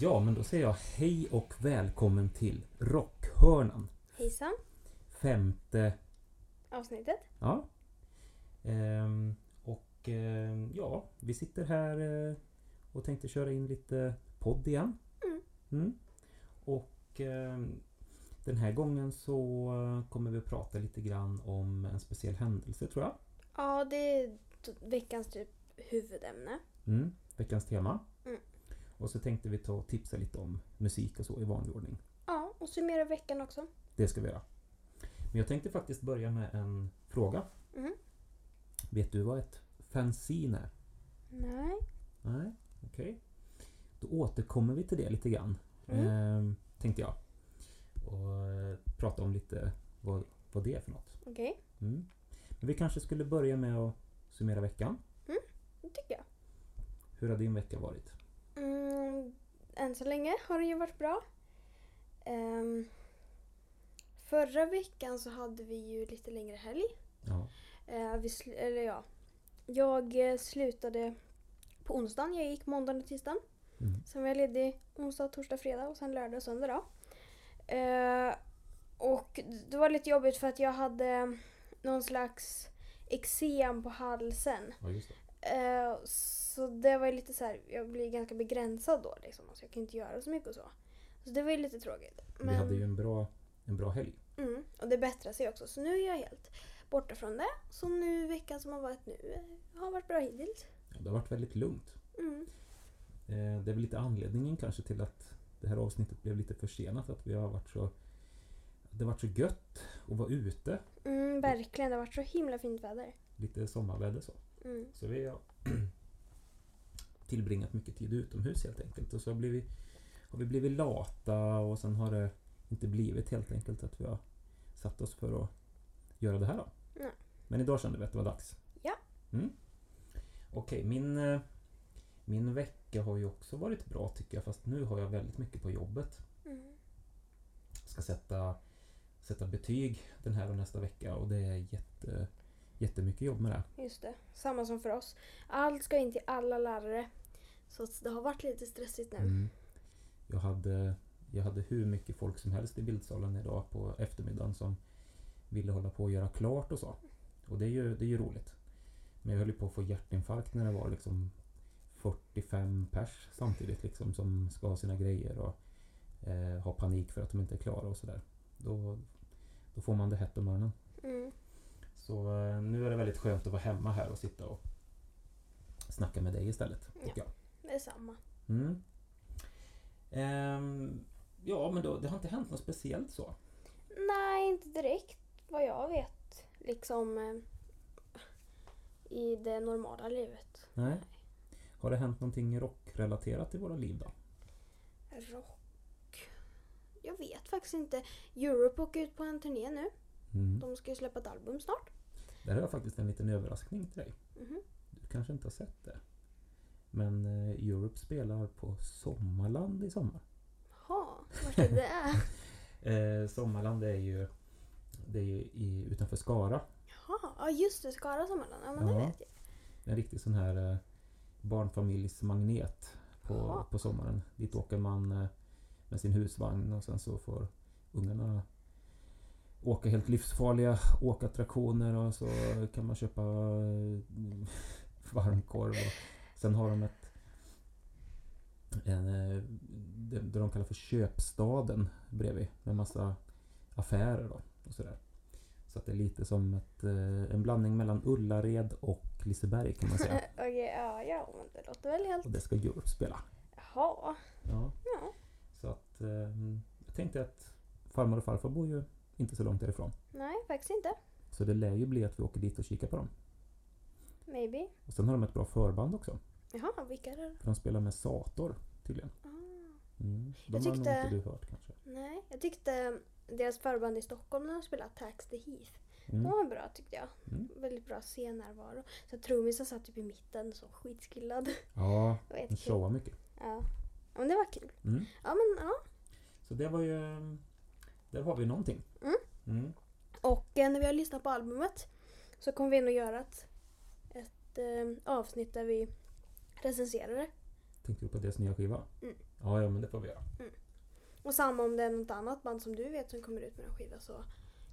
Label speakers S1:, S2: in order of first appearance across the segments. S1: Ja, men då säger jag hej och välkommen till Rockhörnan.
S2: Hejsan.
S1: Femte...
S2: Avsnittet.
S1: Ja. Ehm, och ehm, ja, vi sitter här eh, och tänkte köra in lite podd igen.
S2: Mm.
S1: Mm. Och ehm, den här gången så eh, kommer vi att prata lite grann om en speciell händelse tror jag.
S2: Ja, det är t- veckans typ huvudämne.
S1: Mm. Veckans tema.
S2: Mm.
S1: Och så tänkte vi ta och tipsa lite om musik och så i vanlig ordning.
S2: Ja, och summera veckan också.
S1: Det ska vi göra. Men jag tänkte faktiskt börja med en fråga.
S2: Mm.
S1: Vet du vad ett fanzine är?
S2: Nej.
S1: Nej, okej. Då återkommer vi till det lite grann.
S2: Mm.
S1: Ehm, tänkte jag. Och eh, prata om lite vad, vad det är för något.
S2: Okej,
S1: Mm. Men vi kanske skulle börja med att summera veckan.
S2: Mm, det tycker jag.
S1: Hur har din vecka varit?
S2: Mm, än så länge har det ju varit bra. Ehm, förra veckan så hade vi ju lite längre helg.
S1: Ja.
S2: Eh, vi sl- eller ja. Jag eh, slutade på onsdagen. Jag gick måndagen och tisdagen.
S1: Mm.
S2: Sen var jag ledig onsdag, torsdag, fredag och sen lördag och söndag då. Eh, och det var lite jobbigt för att jag hade någon slags eksem på halsen.
S1: ja, just det.
S2: Eh, så det var ju lite så här, jag blev ganska begränsad då liksom. Alltså jag kunde inte göra så mycket och så. Så det var ju lite tråkigt.
S1: Vi hade ju en bra, en bra helg.
S2: Mm, och det bättrar sig också. Så nu är jag helt borta från det. Så nu veckan som har varit nu eh, har varit bra hittills.
S1: Ja, Det har varit väldigt lugnt.
S2: Mm.
S1: Eh, Det är väl lite anledningen kanske till att det här avsnittet blev lite försenat. Att vi har varit så... Det har varit så gött att vara ute.
S2: Mm, verkligen, det har varit så himla fint väder.
S1: Lite sommarväder så.
S2: Mm.
S1: Så vi har tillbringat mycket tid utomhus helt enkelt. Och så har, blivit, har vi blivit lata och sen har det inte blivit helt enkelt att vi har satt oss för att göra det här. Då.
S2: Nej.
S1: Men idag kände vi att det var dags.
S2: Ja.
S1: Mm. Okej, min, eh, min vecka har ju också varit bra tycker jag. Fast nu har jag väldigt mycket på jobbet.
S2: Mm.
S1: Ska sätta, sätta betyg den här och nästa vecka och det är jätte, jättemycket jobb med det.
S2: Just det, samma som för oss. Allt ska in till alla lärare. Så att det har varit lite stressigt nu.
S1: Mm. Jag, hade, jag hade hur mycket folk som helst i bildsalen idag på eftermiddagen som ville hålla på och göra klart och så. Och det är ju, det är ju roligt. Men jag höll ju på att få hjärtinfarkt när det var liksom 45 pers samtidigt liksom som ska ha sina grejer och eh, ha panik för att de inte är klara och sådär. Då, då får man det hett om öronen.
S2: Mm.
S1: Så eh, nu är det väldigt skönt att vara hemma här och sitta och snacka med dig istället.
S2: Ja.
S1: tycker jag.
S2: Det är samma.
S1: Mm. Ehm, ja, men då, det har inte hänt något speciellt så.
S2: Nej, inte direkt vad jag vet. Liksom eh, i det normala livet.
S1: Nej. Har det hänt någonting rockrelaterat i våra liv då?
S2: Rock. Jag vet faktiskt inte. Europe åker ut på en turné nu.
S1: Mm.
S2: De ska ju släppa ett album snart.
S1: Där har jag faktiskt en liten överraskning till dig.
S2: Mhm.
S1: Du kanske inte har sett det. Men eh, Europe spelar på Sommarland i sommar.
S2: Jaha, vart är det?
S1: Eh, Sommarland är ju, det är ju i, utanför Skara.
S2: Jaha, ja just det. Skara Sommarland. Ja, men
S1: Ja.
S2: det vet jag.
S1: En riktig sån här eh, barnfamiljsmagnet på,
S2: Jaha.
S1: på sommaren. Dit åker man eh, med sin husvagn och sen så får ungarna åka helt livsfarliga åkattraktioner och så kan man köpa eh, varmkorv. Och sen har de ett en, eh, det det de kallar för köpstaden bredvid med massa affärer då, och sådär. Så att det är lite som ett, eh, en blandning mellan Ullared och Liseberg kan man säga.
S2: Okej, ja, ja, men det låter väl helt...
S1: Och det ska Europe spela.
S2: Jaha.
S1: Ja.
S2: Ja.
S1: Så att eh, jag tänkte att farmor och farfar bor ju inte så långt därifrån.
S2: Nej, faktiskt inte.
S1: Så det lär ju bli att vi åker dit och kikar på dem.
S2: Maybe.
S1: Och sen har de ett bra förband också.
S2: Jaha, vilka är det?
S1: För de spelar med Sator tydligen.
S2: Ah,
S1: Mm. De
S2: Jag
S1: har
S2: tyckte-
S1: nog inte du hört kanske.
S2: nej, jag tyckte deras förband i Stockholm när de spelade Tax the Heath. De
S1: Mm.
S2: var bra tyckte jag.
S1: Mm.
S2: Väldigt bra scennärvaro. Så trummisen satt typ i mitten så skitskillad.
S1: Ja,
S2: Det var
S1: de
S2: jättekul.
S1: showar mycket.
S2: Ja. Ja, men det var kul.
S1: Mm.
S2: Ja, men ja.
S1: Så det var ju... ehm, Där har vi någonting.
S2: Mm.
S1: Mm.
S2: Och eh, när vi har lyssnat på albumet så kommer vi in och göra ett, ett eh, avsnitt där vi recenserar det.
S1: Tänkte du på deras nya skiva?
S2: Mm.
S1: Ja, ja, men det får vi göra.
S2: Och samma om det är något annat band som du vet som kommer ut med en skiva så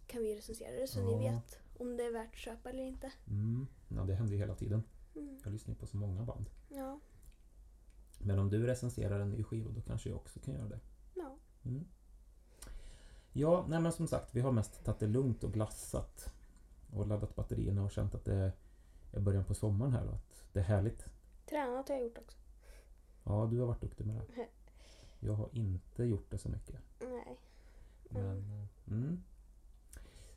S2: kan vi recensera det så
S1: Ja.
S2: ni vet om det är värt att köpa eller inte.
S1: Mm. Ja, det händer ju hela tiden.
S2: Mm.
S1: Jag lyssnar ju på så många band.
S2: Ja,
S1: Men om du recenserar en ny skiva då kanske jag också kan göra det.
S2: ja.
S1: Mm. Ja, nej men som sagt, vi har mest tagit det lugnt och glassat. Och laddat batterierna och känt att det är början på sommaren här och att det är härligt.
S2: Tränat har jag gjort också.
S1: Ja, du har varit duktig med det. Jag har inte gjort det så mycket.
S2: Nej.
S1: Men, mm.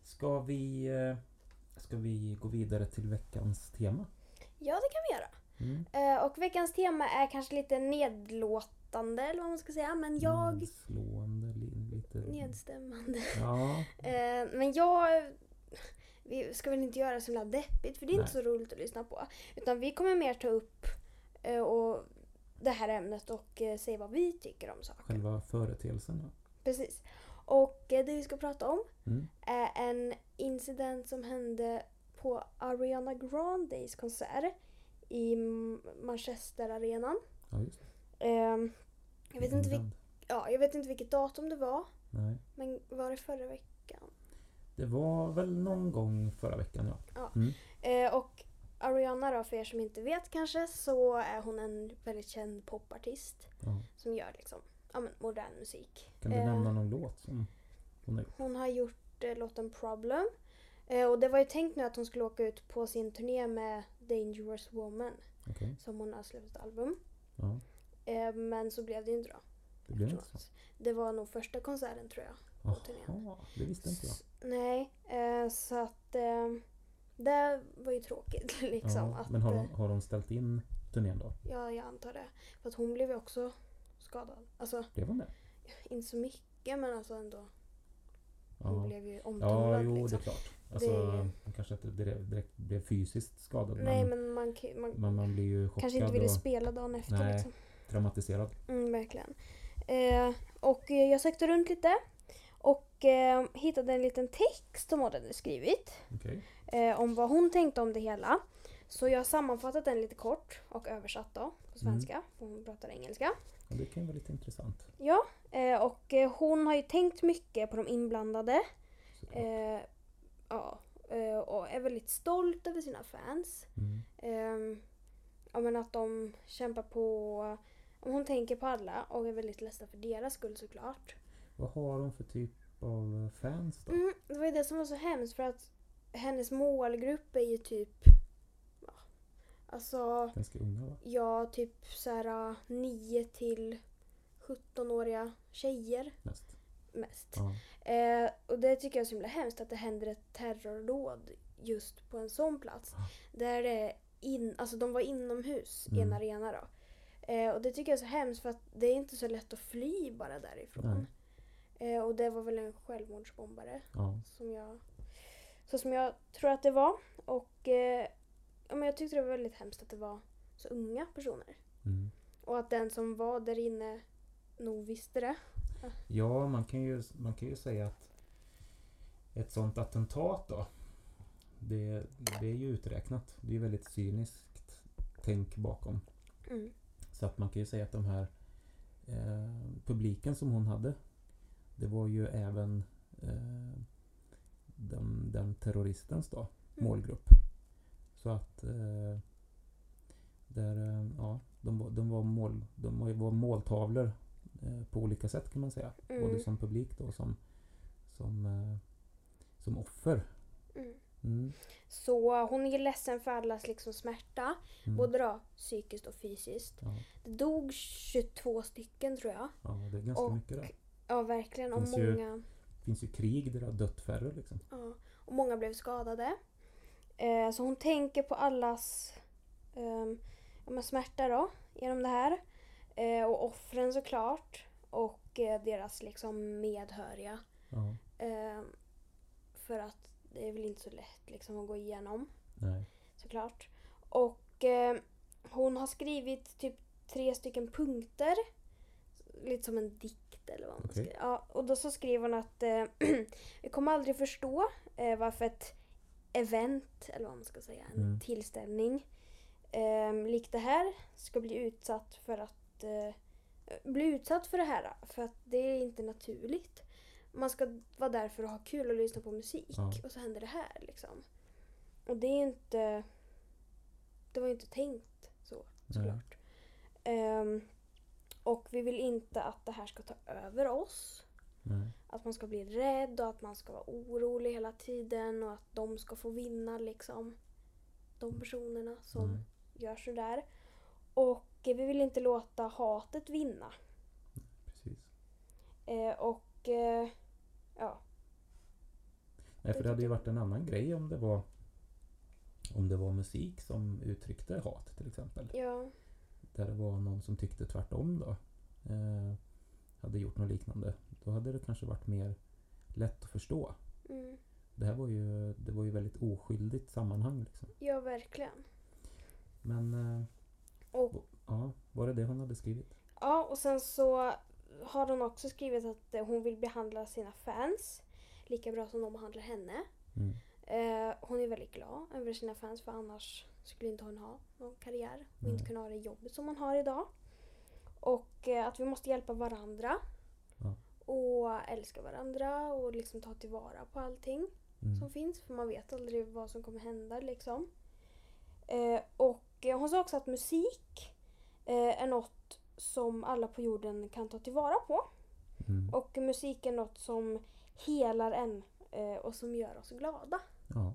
S1: Ska vi... eh, Ska vi gå vidare till veckans tema?
S2: Ja, det kan vi göra.
S1: Mm.
S2: Eh, och veckans tema är kanske lite nedlåtande eller vad man ska säga. Men jag...
S1: Nedslående, li- lite...
S2: Nedstämmande.
S1: Ja,
S2: Eh, men jag... Vi ska väl inte göra det så himla deppigt för det är inte så
S1: Nej.
S2: roligt att lyssna på. Utan vi kommer mer ta upp eh, och det här ämnet och eh, säga vad vi tycker om saker.
S1: själva företeelsen. ja.
S2: Precis. Och eh, det vi ska prata om
S1: Mm.
S2: är en incident som hände på Ariana Grandes konsert i M- Manchester-arenan.
S1: Ja, just det.
S2: Ehm, jag, vet inte vil-
S1: Inland.
S2: ja, jag vet inte vilket datum det var,
S1: Nej.
S2: men var det förra veckan?
S1: Det var väl någon gång förra veckan, ja.
S2: Eh, och Ariana då, för er som inte vet kanske, så är hon en väldigt känd popartist
S1: ja.
S2: som gör liksom, ja, men, modern musik.
S1: Kan du
S2: Eh,
S1: nämna någon låt som hon har gjort?
S2: Hon har gjort eh, låten Problem. Eh, och det var ju tänkt nu att hon skulle åka ut på sin turné med Dangerous Woman
S1: Okej.
S2: som hon har släppt album.
S1: Ja,
S2: Eh, men så blev det ju inte då.
S1: det blev inte
S2: efteråt.
S1: så.
S2: Det var nog första konserten tror jag. turnén.
S1: Jaha, det visste inte jag.
S2: S- nej, eh, så att eh, det var ju tråkigt liksom.
S1: ja,
S2: att,
S1: men har
S2: eh,
S1: de, har de ställt in turnén då?
S2: Ja, jag antar det. För att hon blev ju också skadad. Alltså,
S1: Blev hon det?
S2: inte så mycket men alltså ändå. Hon
S1: Ja,
S2: blev ju
S1: ja
S2: omtumlad
S1: jo det
S2: liksom.
S1: är klart. Alltså,
S2: Det-
S1: hon kanske inte direkt, direkt blev fysiskt skadad
S2: Nej,
S1: men,
S2: men man, kan- man
S1: men man blir ju chockad
S2: kanske inte ville
S1: och
S2: spela dagen efter
S1: Nej.
S2: liksom.
S1: traumatiserad.
S2: Mm, verkligen. Eh, och eh, jag sökte runt lite och eh, hittade en liten text som hon hade skrivit
S1: Okej.
S2: eh, om vad hon tänkte om det hela. Så jag har sammanfattat den lite kort och översatt då på svenska, för hon pratar engelska.
S1: Ja, det kan ju vara lite intressant.
S2: Ja, eh, och eh, hon har ju tänkt mycket på de inblandade.
S1: såklart.
S2: Eh, ja, eh, och är väldigt stolt över sina fans.
S1: Mm.
S2: Ehm, ja, men att de kämpar på. Hon tänker på alla och är väldigt ledsen för deras skull såklart.
S1: Vad har hon för typ av fans då?
S2: Mm, det var ju det som var så hemskt för att hennes målgrupp är ju typ... Ja, alltså,
S1: Ganska unga va?
S2: ja, typ såhär 9 till 17-åriga tjejer
S1: Mest.
S2: mest.
S1: Ja.
S2: Eh, och det tycker jag är så himla hemskt att det händer ett terrordåd just på en sån plats.
S1: Ja.
S2: Där det in, alltså de var inomhus i en
S1: Mm.
S2: arena då. Eh, och det tycker jag är så hemskt för att det är inte så lätt att fly bara därifrån. Eh, och det var väl en självmordsbombare
S1: ja.
S2: som jag, så som jag tror att det var. Och eh, ja, men jag tyckte det var väldigt hemskt att det var så unga personer.
S1: Mm.
S2: Och att den som var där inne nog visste det.
S1: Ja, man kan ju, man kan ju säga att ett sånt attentat då, det, det är ju uträknat. Det är ju väldigt cyniskt tänk bakom.
S2: Mm.
S1: Så att man kan ju säga att de här eh, publiken som hon hade, det var ju även eh, den, den terroristens då,
S2: Mm.
S1: målgrupp. Så att eh, där, eh, ja, de, var- de, var mål, de var- var måltavlor eh, på olika sätt kan man säga. Både
S2: Mm.
S1: som publik då och som, som, eh, som offer.
S2: Mm.
S1: Mm,
S2: Så hon är ledsen för allas liksom smärta,
S1: mm.
S2: både då psykiskt och fysiskt.
S1: Ja,
S2: Det dog 22 stycken tror jag.
S1: ja, det är ganska
S2: Och-
S1: mycket där. Det
S2: Ja, verkligen. Och
S1: Finns ju-
S2: många,
S1: finns ju krig där det har dött färre liksom.
S2: ja, och många blev skadade. Eh, så hon tänker på allas ehm, ja, men smärta då, genom det här. Eh, och offren såklart. Och eh, deras liksom medhöriga.
S1: Ja,
S2: Ehm, för att det är väl inte så lätt liksom att gå igenom.
S1: nej.
S2: såklart. Och eh, hon har skrivit typ tre stycken punkter lite som en dikt eller vad man
S1: Okej.
S2: ska ja, Och då så skriver hon att eh, vi kommer aldrig förstå eh, varför ett event, eller vad man ska säga, en
S1: Mm.
S2: tillställning eh, likt det här ska bli utsatt för att eh, bli utsatt för det här. För att det är inte naturligt. Man ska vara där för att ha kul och lyssna på musik
S1: Ja.
S2: och så händer det här liksom. Och det är inte... Det var ju inte tänkt så såklart. Ehm, och vi vill inte att det här ska ta över oss.
S1: Nej.
S2: Att man ska bli rädd och att man ska vara orolig hela tiden och att de ska få vinna liksom. De personerna som
S1: Nej.
S2: gör sådär. Och eh, vi vill inte låta hatet vinna.
S1: Precis.
S2: Eh, och eh, ja,
S1: Nej, för det hade ju varit en annan grej om det var om det var musik som uttryckte hat till exempel.
S2: ja,
S1: Där det var någon som tyckte tvärtom då. Eh, hade gjort något liknande. Då hade det kanske varit mer lätt att förstå.
S2: mm,
S1: Det här var ju, det var ju väldigt oskyldigt sammanhang liksom.
S2: ja verkligen.
S1: Men eh,
S2: Och
S1: ja, var det det hon hade skrivit?
S2: Ja, och sen så har hon också skrivit att eh, hon vill behandla sina fans lika bra som de behandlar henne.
S1: Mm.
S2: Eh, hon är väldigt glad över sina fans för annars skulle inte hon ha någon karriär och inte
S1: Nej.
S2: kunna ha det jobbet som hon har idag. Och eh, att vi måste hjälpa varandra
S1: Ja.
S2: och älska varandra och liksom ta tillvara på allting
S1: Mm.
S2: som finns. För man vet aldrig vad som kommer hända liksom. Eh, och eh, hon sa också att musik eh, är något som alla på jorden kan ta tillvara på.
S1: Mm.
S2: Och musik är något som helar en eh, och som gör oss glada.
S1: Ja,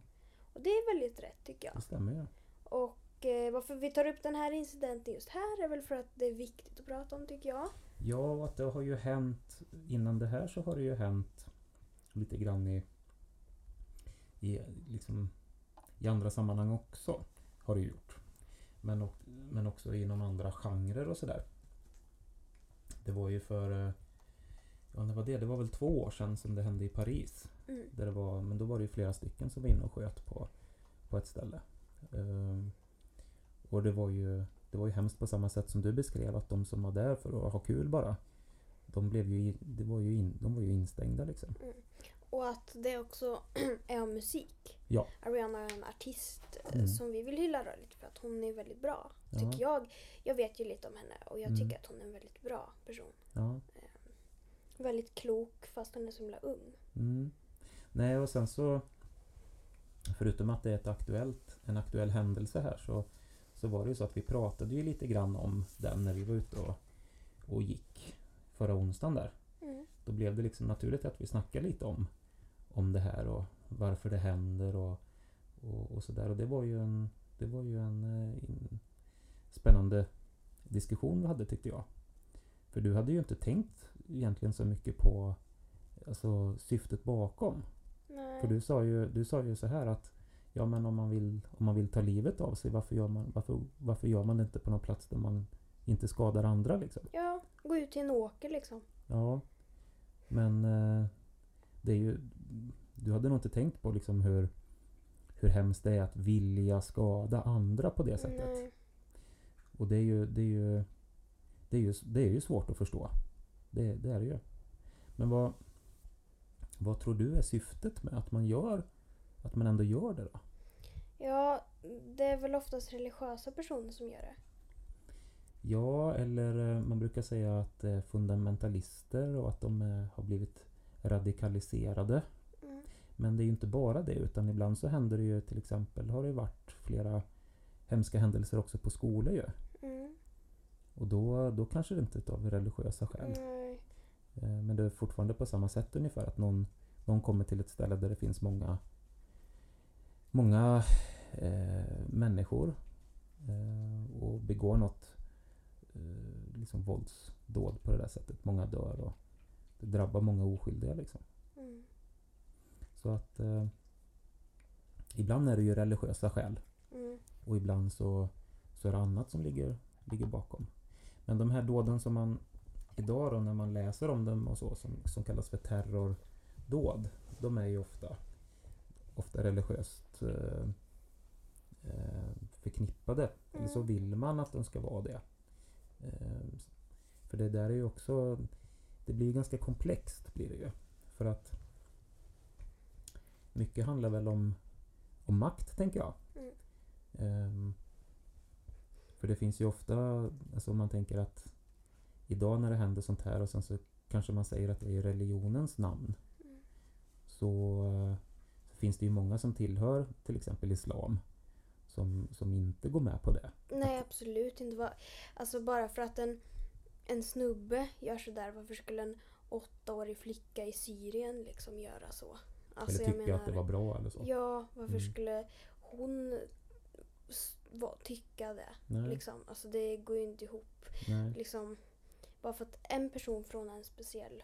S2: Och det är väldigt rätt tycker jag.
S1: det stämmer ju.
S2: Och eh, varför vi tar upp den här incidenten just här är väl för att det är viktigt att prata om tycker jag.
S1: Ja, och att det har ju hänt innan det här så har det ju hänt lite grann i, i, liksom, i andra sammanhang också. Har det ju gjort. Men, och, men också inom andra genrer och sådär. Det var ju för eh, Ja, det var det. Det var väl två år sedan som det hände i Paris.
S2: Mm.
S1: Där det var, men då var det ju flera stycken som var inne och sköt på, på ett ställe. Ehm, och det var, ju, det var ju hemskt på samma sätt som du beskrev att de som var där för att ha kul bara. De, blev ju, i- det var, ju in, de var ju instängda liksom.
S2: Och att det också är om musik.
S1: Ja.
S2: Ariana är en artist eh,
S1: Mm.
S2: som vi vill hylla då lite för att hon är väldigt bra.
S1: Ja.
S2: Tycker jag. Jag vet ju lite om henne och jag
S1: Mm.
S2: tycker att hon är en väldigt bra person.
S1: Ja.
S2: Väldigt klok fast hon är så himla ung.
S1: Mm. Nej, och sen så Förutom att det är ett aktuellt, en aktuell händelse här så, så var det ju så att vi pratade ju lite grann om den när vi var ute och, och gick förra onsdagen där.
S2: Mm.
S1: då blev det liksom naturligt att vi snackade lite om, om det här och varför det händer och, och, och sådär. Och det var ju en, det var ju en, eh, in, spännande diskussion vi hade tyckte jag. För du hade ju inte tänkt egentligen så mycket på alltså, syftet bakom.
S2: Nej.
S1: För du sa ju, du sa ju så här att Ja men om man vill, om man vill ta livet av sig, varför gör, man, varför, varför gör man det inte på någon plats där man inte skadar andra liksom?
S2: Ja, gå ut till en åker liksom.
S1: Ja. Men eh, det är ju... Du hade nog inte tänkt på liksom hur, hur hemskt det är att vilja skada andra på det sättet.
S2: Nej.
S1: Och det är ju... Det är ju, det är ju, det är ju svårt att förstå. Det, det är det ju. Men vad... Vad tror du är syftet med att man gör... Att man ändå gör det då?
S2: Ja, det är väl oftast religiösa personer som gör det.
S1: Ja, eller eh, man brukar säga att det är fundamentalister och att de eh, har blivit radikaliserade.
S2: Mm.
S1: Men det är ju inte bara det utan ibland så händer det ju till exempel har det ju varit flera hemska händelser också på skolor ju.
S2: Mm.
S1: Och då, då kanske det inte är av religiösa skäl.
S2: Nej.
S1: Eh, Men det är fortfarande på samma sätt ungefär att någon, någon kommer till ett ställe där det finns många många eh, människor eh, och begår något eh, liksom våldsdåd på det där sättet. Många dör och det drabbar många oskyldiga liksom.
S2: Mm.
S1: Så att eh, ibland är det ju religiösa skäl
S2: Mm.
S1: och ibland så, så är det annat som ligger, ligger bakom. Men de här dåden som man idag då när man läser om dem och så som, som kallas för terrordåd. De är ju ofta, ofta religiöst eh, eh, förknippade. Eller så
S2: Mm.
S1: vill man att de ska vara det. Eh, För det där är ju också... Det blir ju ganska komplext blir det ju. För att mycket handlar väl om, om makt, tänker jag.
S2: Mm.
S1: Ehm, för det finns ju ofta, alltså om man tänker att idag när det händer sånt här och sen så kanske man säger att det är i religionens namn.
S2: Mm.
S1: Så eh, finns det ju många som tillhör till exempel islam som, som inte går med på det.
S2: Nej, absolut inte. Va- Alltså bara för att en, en snubbe gör sådär, varför skulle en åttaårig flicka i Syrien liksom göra så? Alltså,
S1: eller tycker att det var bra eller så.
S2: Ja, varför
S1: Mm.
S2: skulle hon s- va- tycka det?
S1: nej,
S2: Liksom? Alltså det går ju inte ihop.
S1: nej.
S2: Liksom, bara för att en person från en speciell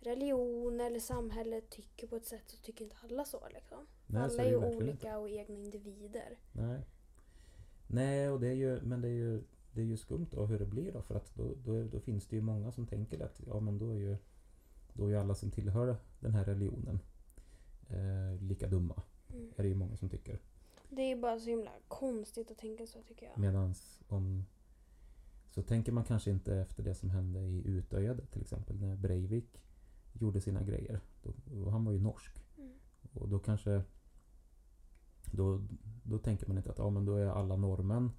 S2: religion eller samhälle tycker på ett sätt så tycker inte alla så. Liksom.
S1: nej, så
S2: alla
S1: är
S2: är
S1: det
S2: ju
S1: ju verkligen
S2: olika
S1: inte.
S2: och egna individer.
S1: Nej. Nej, och det är ju, men det är ju, det är ju skumt då hur det blir då för att då, då, då finns det ju många som tänker att ja men då är ju, då är ju alla som tillhör den här religionen eh, lika dumma.
S2: Mm.
S1: Är det ju många som tycker.
S2: Det är bara så himla konstigt att tänka så tycker jag.
S1: Medans om så tänker man kanske inte efter det som hände i Utöja till exempel när Breivik gjorde sina grejer. Då, och han var ju norsk.
S2: Mm.
S1: Och då kanske då, då tänker man inte att ja, men då är alla norrmän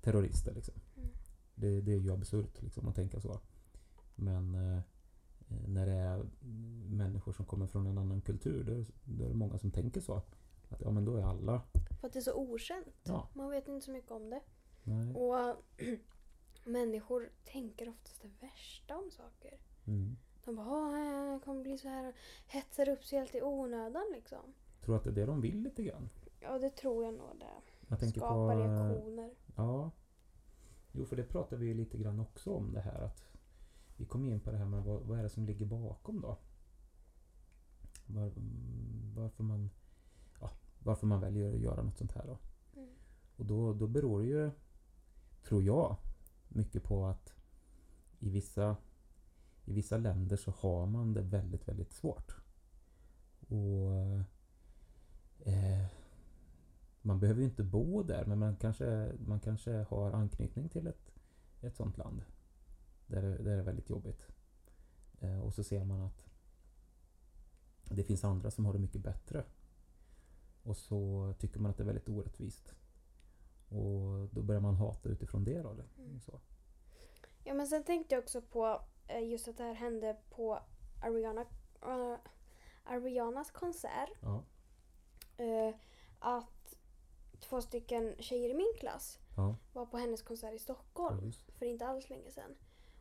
S1: terrorister. Liksom.
S2: Mm.
S1: Det, det är ju absurt liksom, att tänka så. Men eh, när det är människor som kommer från en annan kultur då, är- då är det många som tänker så. Att ja men då är alla...
S2: För att det är så okänt.
S1: Ja,
S2: Man vet inte så mycket om det.
S1: nej.
S2: Och människor tänker oftast det värsta om saker.
S1: Mm.
S2: De bara "Åh, eh, jag kommer bli så här och hetsar upp sig helt i onödan liksom.
S1: Tror att det är det de vill lite grann.
S2: Ja, det tror jag nog det.
S1: Jag tänker
S2: Skapa
S1: på... eh,
S2: reaktioner.
S1: Ja. Jo, för det pratade vi ju lite grann också om det här att vi kom in på det här med vad, vad är det som ligger bakom då? Var, varför, man, ja, varför man väljer att göra något sånt här då?
S2: Mm.
S1: Och då, då beror det ju, tror jag, mycket på att i vissa, i vissa länder så har man det väldigt, väldigt svårt. Och eh, man behöver ju inte bo där men man kanske, man kanske har anknytning till ett, ett sånt land. Där, det- där det är väldigt jobbigt. Eh, och så ser man att det finns andra som har det mycket bättre. Och så tycker man att det är väldigt orättvist. Och då börjar man hata utifrån det då. Eller?
S2: Mm.
S1: Så.
S2: Ja, men sen tänkte jag också på eh, just att det här hände på Ariana, eh, Arianas konsert.
S1: Ja.
S2: Eh, att två stycken tjejer i min klass
S1: Ja.
S2: var på hennes konsert i
S1: Ja,
S2: Stockholm
S1: just.
S2: för inte alls länge sedan.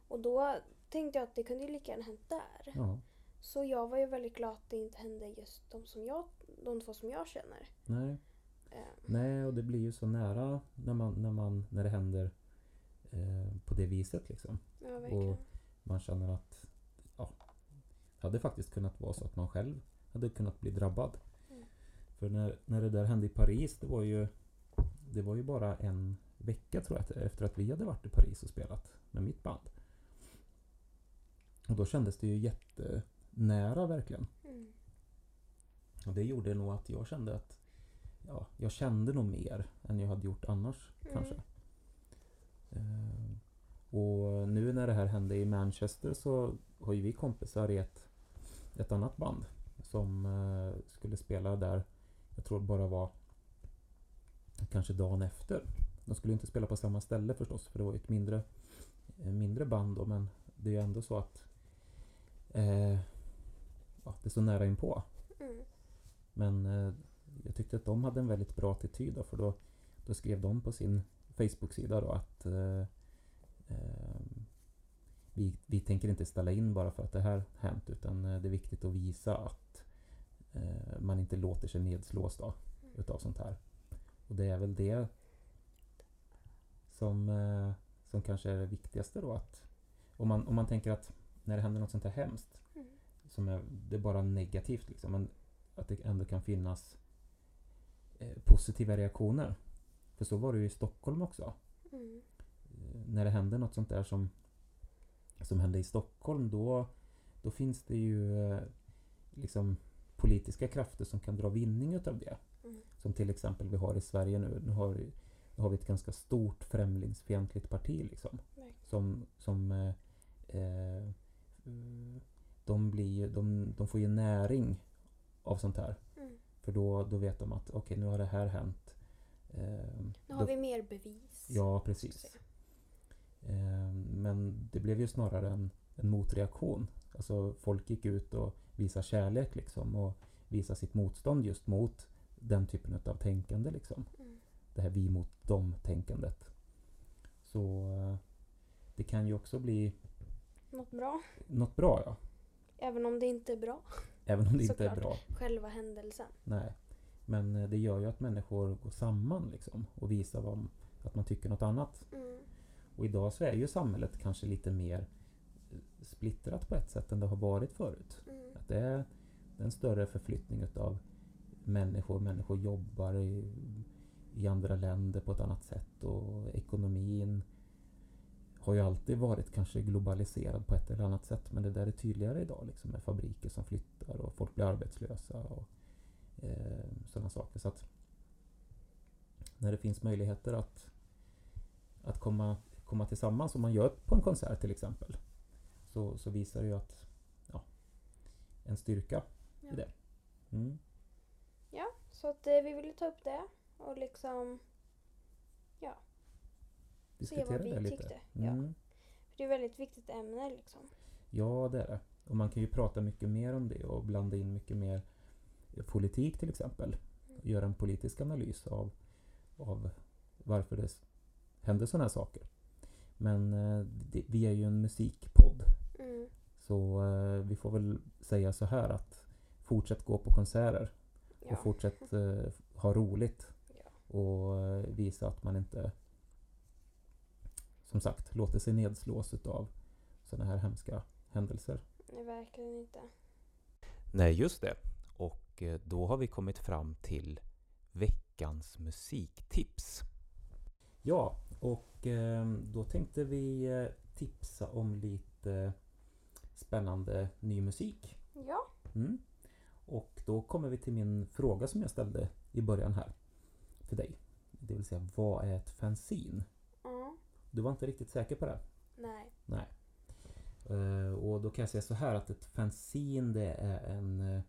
S2: Och då tänkte jag att det kunde ju lika gärna hänt där.
S1: ja.
S2: Så jag var ju väldigt glad att det inte hände just de, som jag, de två som jag känner.
S1: Nej.
S2: Eh,
S1: Nej, och det blir ju så nära när, man, när, man, när det händer eh, på det viset liksom.
S2: Ja, verkligen.
S1: man känner att ja, det hade faktiskt kunnat vara så att man själv hade kunnat bli drabbad.
S2: Mm.
S1: För när, när det där hände i Paris, det var ju det var ju bara en vecka tror jag efter att vi hade varit i Paris och spelat med mitt band. Och då kändes det ju jättenära verkligen.
S2: Mm.
S1: Och det gjorde nog att jag kände att ja, jag kände nog mer än jag hade gjort annars
S2: Mm.
S1: kanske. Eh, och nu när det här hände i Manchester så har ju vi kompisar i ett, ett annat band som eh, skulle spela där, jag tror det bara var kanske dagen efter. De skulle inte spela på samma ställe förstås för det var ju ett mindre, eh, mindre band då men det är ju ändå så att eh, ja, det är så nära inpå.
S2: Mm.
S1: Men eh, jag tyckte att de hade en väldigt bra attityd då, för då, då skrev de på sin Facebook-sida då att eh, eh, vi, vi tänker inte ställa in bara för att det här hänt utan eh, det är viktigt att visa att eh, man inte låter sig nedslås då,
S2: Mm.
S1: utav sånt här. Och det är väl det som, eh, som kanske är det viktigaste då att om man, om man tänker att när det händer något sånt här hemskt
S2: Mm.
S1: som är, det är bara negativt liksom men att det ändå kan finnas eh, positiva reaktioner. För så var det ju i Stockholm också.
S2: Mm.
S1: Eh, när det händer något sånt där som, som hände i Stockholm då, då finns det ju eh, liksom politiska krafter som kan dra vinning utav det.
S2: Mm.
S1: Som till exempel vi har i Sverige nu. Nu har, vi- nu har vi ett ganska stort främlingsfientligt parti liksom.
S2: Verkligen.
S1: Som, som eh, eh, de, blir, ju- de, de får ju näring av sånt här.
S2: Mm.
S1: För då, då vet de att okej, nu har det här hänt. Eh,
S2: Nu
S1: då-
S2: har vi mer bevis.
S1: Ja, precis. Eh, Men det blev ju snarare en, en motreaktion. Alltså folk gick ut och visade kärlek liksom och visade sitt motstånd just mot den typen av tänkande liksom.
S2: Mm.
S1: Det här vi mot dem-tänkandet. Så eh, det kan ju också bli
S2: Något bra.
S1: något bra ja.
S2: Även om det inte är bra.
S1: Även om det inte är
S2: Såklart.
S1: bra.
S2: Själva händelsen.
S1: Nej. Men eh, det gör ju att människor går samman liksom och visar vad, att man tycker något annat.
S2: Mm.
S1: Och idag så är ju samhället kanske lite mer eh, splittrat på ett sätt än det har varit förut.
S2: Mm.
S1: Att det är det är en större förflyttning utav människor. Människor jobbar i, i andra länder på ett annat sätt och ekonomin har ju alltid varit kanske globaliserad på ett eller annat sätt men det där är tydligare idag liksom med fabriker som flyttar och folk blir arbetslösa och eh, sådana saker. Så att när det finns möjligheter att, att komma, komma tillsammans, om man gör på en konsert till exempel, så, så visar det ju att ja, en styrka
S2: Ja.
S1: i det. Mm.
S2: Så att eh, vi ville ta upp det och liksom se
S1: Diskutera
S2: vad
S1: det
S2: vi
S1: lite.
S2: tyckte. Ja.
S1: Mm.
S2: För det är ett väldigt viktigt ämne liksom.
S1: Ja, det är det. Och man kan ju prata mycket mer om det och blanda in mycket mer eh, politik till exempel.
S2: Mm.
S1: Göra en politisk analys av, av varför det s- händer sådana här saker. Men eh, det, vi är ju en musikpodd.
S2: Mm.
S1: Så eh, vi får väl säga så här att fortsätt gå på konserter och
S2: Ja.
S1: fortsätt eh, ha roligt. Och eh, visa att man inte som sagt låter sig nedslås av sådana här hemska händelser.
S2: Nej, verkligen inte.
S3: Nej, just det. Och eh, då har vi kommit fram till veckans musiktips.
S1: Ja, och eh, då tänkte vi eh, tipsa om lite spännande ny musik.
S2: Ja.
S1: Mm. Och då kommer vi till min fråga som jag ställde i början här till dig. Det vill säga, vad är ett fanzine?
S2: ja.
S1: Du var inte riktigt säker på det.
S2: Nej.
S1: Eh, och då kan jag säga så här att ett fanzine det är en eh,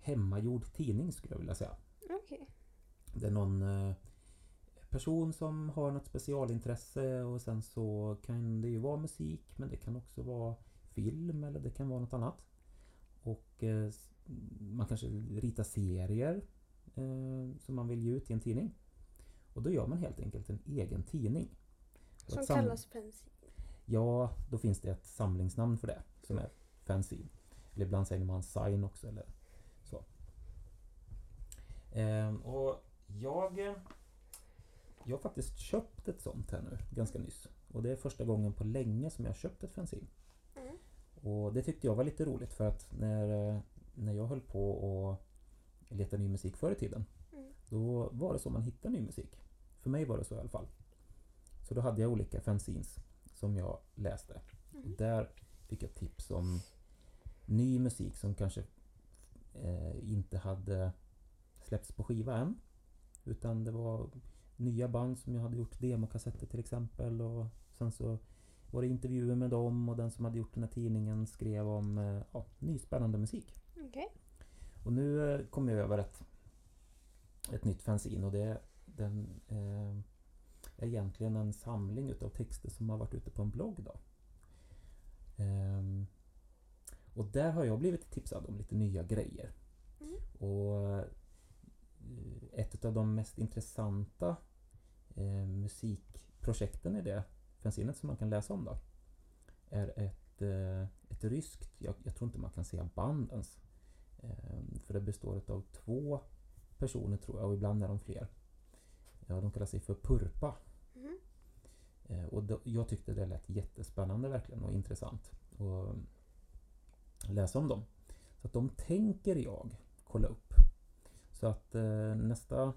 S1: hemmagjord tidning skulle jag vilja säga.
S2: Okej.
S1: Det är någon eh, person som har något specialintresse och sen så kan det ju vara musik men det kan också vara film eller det kan vara något annat. Och eh, s- man kanske ritar serier eh, som man vill ge ut i en tidning. Och då gör man helt enkelt en egen tidning. Och
S2: Som
S1: ett sam-
S2: kallas pensil.
S1: Ja, då finns det ett samlingsnamn för det som är fanzine. Eller ibland säger man sign också eller så. Ehm, och jag, eh, jag har faktiskt köpt ett sånt här nu ganska nyss. Och det är första gången på länge som jag har köpt ett fanzine.
S2: Mm.
S1: Och det tyckte jag var lite roligt för att när, eh, när jag höll på och leta ny musik förr i tiden.
S2: Mm.
S1: Då var det så man hittade ny musik. För mig var det så i alla fall. Så då hade jag olika fanzines som jag läste.
S2: Mm.
S1: Och där fick jag tips om ny musik som kanske eh, inte hade släppts på skiva än. Utan det var nya band som jag hade gjort demokassetter till exempel. Och sen så var det intervjuer med dem och den som hade gjort den här tidningen skrev om eh, ja, ny spännande musik.
S2: Okej.
S1: Och nu eh, kom jag över ett, ett nytt fanzine och det den, eh, är egentligen en samling utav texter som har varit ute på en blogg. Då. Ehm, och där har jag blivit tipsad om lite nya grejer.
S2: Mm.
S1: Och eh, ett av de mest intressanta eh, musikprojekten i det fanzinet som man kan läsa om då är ett, eh, ett ryskt, jag, jag tror inte man kan säga band ens, Ehm, För det består av två personer tror jag och ibland är de fler. Ja, de kallar sig för Purpa.
S2: Mhm.
S1: Eh, Och då, jag tyckte det lät jättespännande verkligen och intressant att läsa om dem. Så att de tänker jag kolla upp. Så att eh, nästa,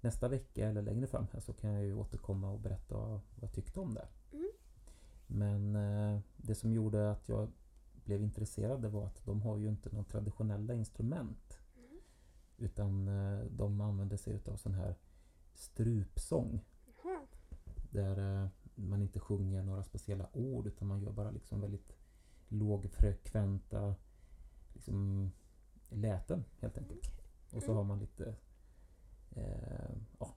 S1: nästa vecka eller längre fram här så kan jag ju återkomma och berätta vad jag tyckte om det.
S2: Mm.
S1: Men eh, det som gjorde att jag blev intresserad det var att de har ju inte några traditionella instrument.
S2: Mhm.
S1: Utan eh,
S2: Mm.
S1: de använder sig utav sån här strupsång.
S2: Jaha.
S1: Där eh, man inte sjunger några speciella ord utan man gör bara liksom väldigt lågfrekventa liksom, läten helt enkelt. Och så
S2: Mm.
S1: har man lite... Eh, ja.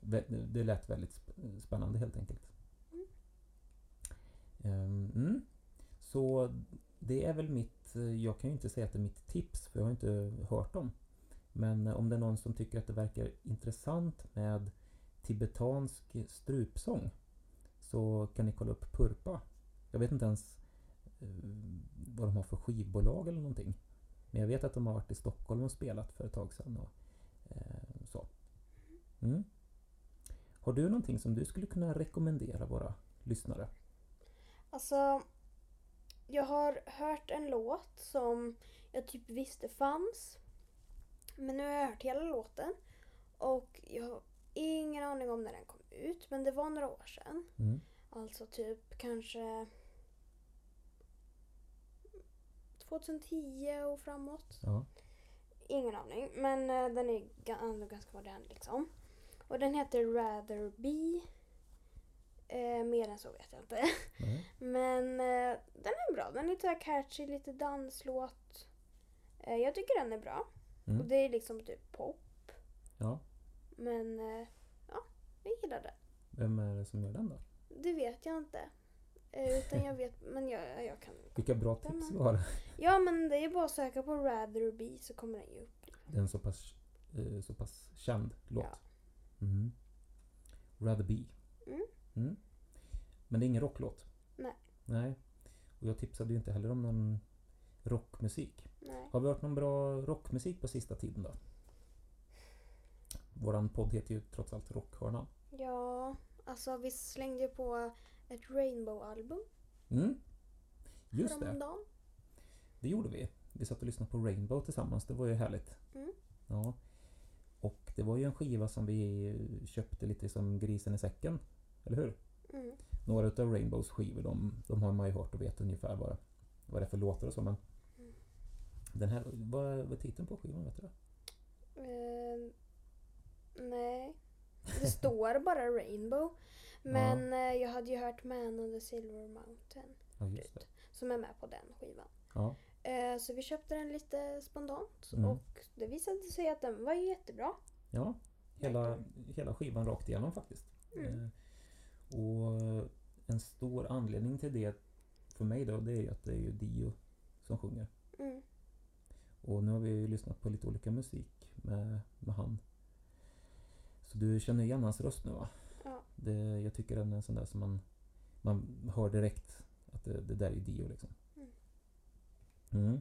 S1: Vä- Det lät väldigt sp- spännande helt enkelt.
S2: Mm.
S1: Ehm, Mm. Så det är väl mitt... eh, Jag kan ju inte säga att det är mitt tips för jag har inte hört dem. Men eh, om det är någon som tycker att det verkar intressant med tibetansk strupsång så kan ni kolla upp Purpa. Jag vet inte ens eh, vad de har för skivbolag eller någonting. Men jag vet att de har varit i Stockholm och spelat för ett tag sedan. Och, eh, så. Mm. Har du någonting som du skulle kunna rekommendera våra lyssnare?
S2: Alltså, jag har hört en låt som jag typ visste fanns. Men nu har jag hört hela låten. Och jag har ingen aning om när den kom ut. Men det var några år sedan.
S1: Mm.
S2: Alltså typ kanske 2010 och framåt.
S1: Ja.
S2: Ingen aning. Men eh, den är ga- ändå ganska modern liksom. Och den heter Rather Be. Eh, mer än så vet jag inte.
S1: Nej.
S2: Men eh, den är bra. Den är lite så här catchy, lite danslåt. Eh, jag tycker den är bra.
S1: Mm.
S2: Och det är liksom typ pop.
S1: ja.
S2: Men eh, ja, jag gillar den.
S1: Vem är det som gör den då?
S2: Det vet jag inte. Eh, utan jag vet, men jag, jag kan.
S1: Vilka bra
S2: Den
S1: tips
S2: har-
S1: vi har.
S2: Ja men det är bara att söka på Rather Be så kommer den ju upp.
S1: Det är en så pass, eh, så pass känd låt.
S2: Ja.
S1: Mm. Rather Be.
S2: Mm.
S1: Mm. Men det är ingen rocklåt?
S2: Nej.
S1: Nej. Och jag tipsade ju inte heller om någon rockmusik.
S2: Nej.
S1: Har vi hört någon bra rockmusik på sista tiden då? Våran podd heter ju trots allt Rockhörnan.
S2: Ja, alltså vi slängde ju på ett Rainbow-album
S1: Mm. Just det,
S2: häromdagen.
S1: det gjorde vi. Vi satt och lyssnade på Rainbow tillsammans, det var ju härligt.
S2: Mm.
S1: Ja. Och det var ju en skiva som vi köpte lite som grisen i säcken. Eller hur?
S2: Mm.
S1: Några utav Rainbows skivor de, de har man ju hört och vet ungefär vad, vad det är för låtar och så men
S2: Mm.
S1: Den här, vad vad är titeln på skivan vet du det?
S2: Eh, nej. Det står bara Rainbow. Men eh, jag hade ju hört Man on the Silver Mountain
S1: Ja just det.
S2: som är med på den skivan.
S1: Ja.
S2: Eh, så vi köpte den lite spontant
S1: Mm.
S2: och det visade sig att den var jättebra.
S1: ja hela, hela skivan rakt igenom faktiskt.
S2: Mm.
S1: Eh, och en stor anledning till det för mig då det är ju att det är ju Dio som sjunger.
S2: Mm.
S1: Och nu har vi ju lyssnat på lite olika musik med, med han. Så du känner igen hans röst nu va?
S2: Ja.
S1: Det, jag tycker den är en sån där som man, man hör direkt att det, det där är Dio liksom.
S2: Mm.
S1: Mm.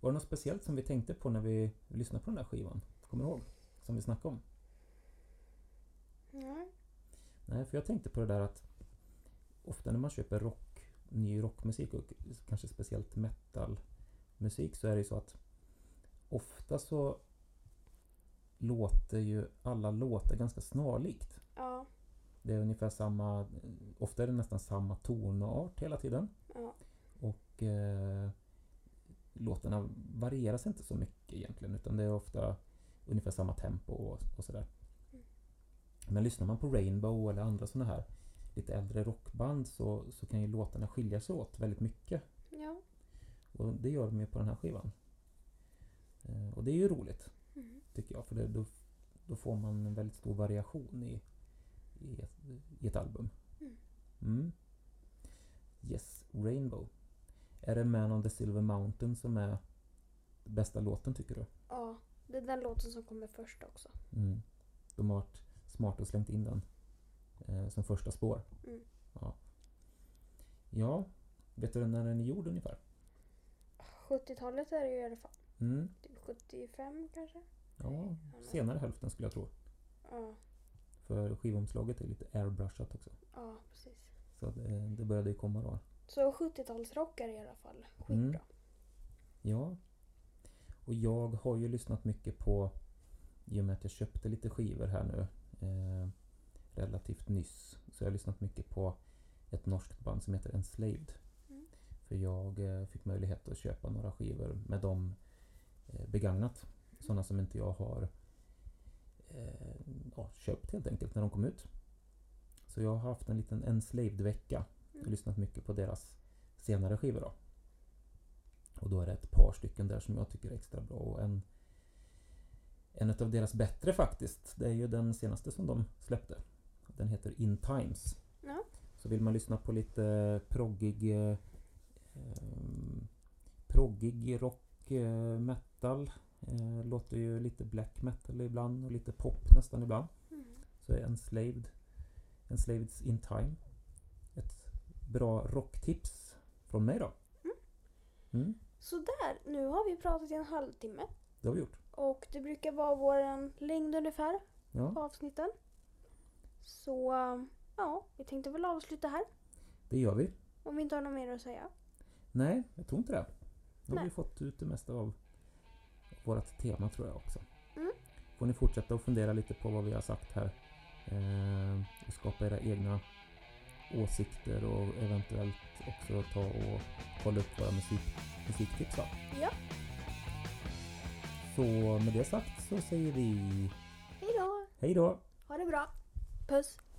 S1: Var det något speciellt som vi tänkte på när vi lyssnade på den där skivan? Kommer du ihåg? Som vi snackade om?
S2: Ja.
S1: Nej, för jag tänkte på det där att ofta när man köper rock, ny rockmusik och kanske speciellt metalmusik så är det ju så att ofta så låter ju alla låtar ganska snarlikt.
S2: Ja.
S1: Det är ungefär samma, ofta är det nästan samma tonart hela tiden.
S2: ja.
S1: Och eh, låtarna varieras inte så mycket egentligen utan det är ofta ungefär samma tempo och, och sådär.
S2: Mm.
S1: Men lyssnar man på Rainbow eller andra sådana här lite äldre rockband så, så kan ju låtarna skilja sig åt väldigt mycket.
S2: ja.
S1: Och det gör de ju på den här skivan. Eh, och det är ju roligt
S2: Mm.
S1: tycker jag för det, då, då får man en väldigt stor variation i, i, ett, i ett album.
S2: Mm.
S1: Mm. Yes, Rainbow. Är det Man on the Silver Mountain som är bästa låten tycker du?
S2: ja. Det är den låten som kommer först också.
S1: Mm. De har varit smarta och slängt in den eh, som första spår.
S2: Mm.
S1: Ja. ja, vet du när den är gjord ungefär?
S2: 70-talet är det ju i alla fall.
S1: Mm.
S2: Typ 75 kanske?
S1: Ja, senare hälften skulle jag tro.
S2: Ja,
S1: För skivomslaget är lite airbrushat också.
S2: ja precis.
S1: Så att, eh, det började ju komma då.
S2: Så 70-talsrock är det i alla fall
S1: Mm.
S2: skitbra.
S1: Ja. Och jag har ju lyssnat mycket på, i och med att jag köpte lite skivor här nu eh, relativt nyss, så jag har lyssnat mycket på ett norskt band som heter Enslaved.
S2: Mm.
S1: För jag eh, fick möjlighet att köpa några skivor med dem eh, begagnat. Sådana som inte jag har eh, ja, köpt helt enkelt när de kom ut. Så jag har haft en liten Enslaved-vecka.
S2: Mm.
S1: Jag har lyssnat mycket på deras senare skivor då. Och då är det ett par stycken där som jag tycker är extra bra och en en av deras bättre faktiskt. Det är ju den senaste som de släppte. Den heter In Times.
S2: Ja.
S1: Så vill man lyssna på lite proggig eh, ehm, proggig rock eh, metal. Eh, låter ju lite black metal ibland och lite pop nästan ibland.
S2: Mm.
S1: Så är Enslaved Enslaveds In Time ett bra rocktips från mig då. Mm,
S2: Sådär, nu har vi pratat i en halvtimme.
S1: det har vi gjort.
S2: Och det brukar vara vår längd ungefär på
S1: Ja,
S2: avsnitten. Så ja, vi tänkte väl avsluta här.
S1: det gör vi.
S2: Om vi inte har något mer att säga.
S1: Nej, jag tror inte det. Nu har
S2: Nej.
S1: vi fått ut det mesta av vårt tema tror jag också.
S2: Mm.
S1: Får ni fortsätta att fundera lite på vad vi har sagt här. Eh, och skapa era egna åsikter och eventuellt också ta och kolla upp våra musik, musiktips. va?
S2: Ja.
S1: Så med det sagt så säger vi
S2: Hej då!
S1: hej då!
S2: Ha det bra! Puss!